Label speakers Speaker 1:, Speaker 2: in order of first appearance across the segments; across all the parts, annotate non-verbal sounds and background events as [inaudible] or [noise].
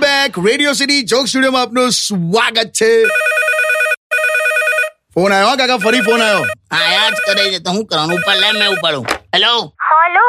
Speaker 1: Back radio city joke સ્ટુડિયોમાં આપનું સ્વાગત છે ફોન આવ્યો કાકા ફરી ફોન આવ્યો
Speaker 2: આયા જ કરે છે તો હું કરવાનું ઉપર લે મેં ઉપાડું હેલો
Speaker 3: હલો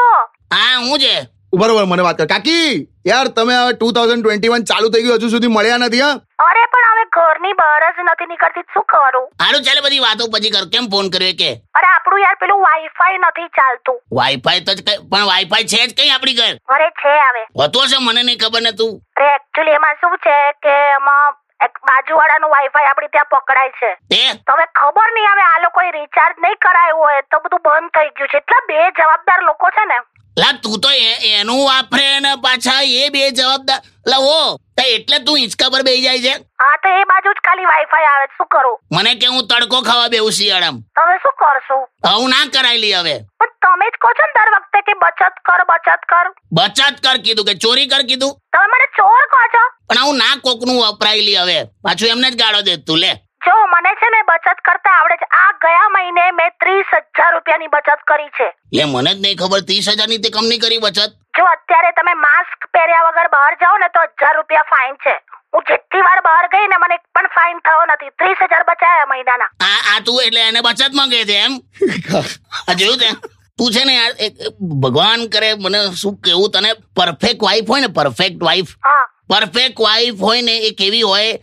Speaker 2: હા હું છે
Speaker 1: ઉભા રહો મને વાત કર કાકી યાર તમે હવે ટુ થાઉઝન્ડ ટ્વેન્ટી વન ચાલુ થઈ ગયું હજુ સુધી મળ્યા નથી હા
Speaker 3: અરે પણ હવે ઘરની બહાર જ નથી નીકળતી શું કરું
Speaker 2: હારું ચાલે બધી વાતો પછી કર કેમ ફોન કર્યો એ કે
Speaker 3: અરે આપણું યાર પેલું વાઈફાઈ નથી ચાલતું
Speaker 2: વાઈફાઈ તો જ કઈ- પણ વાઈફાઈ છે જ કઈ આપણી ઘર
Speaker 3: અરે છે હવે
Speaker 2: હોતો હશે મને નહીં ખબર ને તું
Speaker 3: અરે એકચ્યુઅલી એમાં શું છે કે એમાં એક બાજુવાળાનું વાઈફાઈ આપણે ત્યાં પકડાય છે
Speaker 2: તે
Speaker 3: તો હવે ખબર નહીં હવે આ લોકોએ રિચાર્જ નહીં કરાયું હોય તો બધું બંધ થઈ ગયું છે એટલા બે જવાબદાર લોકો છે ને
Speaker 2: લા તું તો એ- એનું વાપરે ને પાછા એ બે જવાબદાર લા ઓ તે એટલે તું હિંચકા પર બેહી જાય છે
Speaker 3: હા તો એ બાજુ જ ખાલી વાઈફાઈ આવે છે. શું કરું
Speaker 2: મને કે હું તડકો ખાવા બેહું શિયાળામ
Speaker 3: તમે શું કરશો
Speaker 2: આવું ના કરાય લી હવે
Speaker 3: પણ તમે જ કહો છો ને દર વખતે કે બચત કર બચત કર
Speaker 2: બચત કર કીધું કે ચોરી કર કીધું
Speaker 3: તમે મને ચોર કહો છો
Speaker 2: પણ આવું ના કોકનું વપરાય લી હવે પાછું એમને જ ગાળો દે તું લે
Speaker 3: જો મને છે ને બચત કરતા આવડે છે આ ગયા મહિને મેં ત્રીસ હજાર રૂપિયાની બચત કરી છે
Speaker 2: લે મને જ નહીં ખબર ત્રીસ હજારની તે કમની કરી બચત
Speaker 3: જો અત્યારે તમે માસ્ક પહેર્યા વગર બહાર જાઓ ને તો હજાર રૂપિયા ફાઇન છે હું જેટલી વાર બહાર ગઈ ને મને એક પણ ફાઇન થયો નથી ત્રીસ હજાર બચાયા મહિનાના
Speaker 2: આ આ તું એટલે એને બચત માંગે છે એમ આ જોયું તે તું છે ને યાર એક ભગવાન કરે મને શું કેવું તને પરફેક્ટ વાઈફ હોય ને પરફેક્ટ વાઈફ
Speaker 3: હા
Speaker 2: પરફેક્ટ વાઈફ હોય ને એ કેવી હોય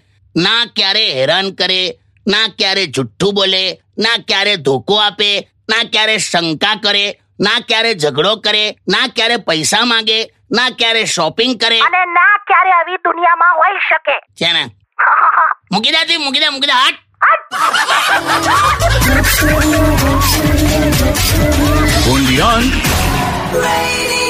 Speaker 2: ના ક્યારે હેરાન કરે ના ક્યારે જુઠ્ઠું બોલે ના ક્યારે ધોકો આપે ના ક્યારે શંકા કરે ના ક્યારે ઝઘડો કરે ના ક્યારે પૈસા માંગે ના ક્યારે શોપિંગ કરે
Speaker 3: અને ના ક્યારે આવી દુનિયામાં હોઈ શકે [laughs]
Speaker 2: છે ને મૂકી દે તું, મૂકી દે મૂકી દે હાટ
Speaker 4: Beyond.
Speaker 5: Radio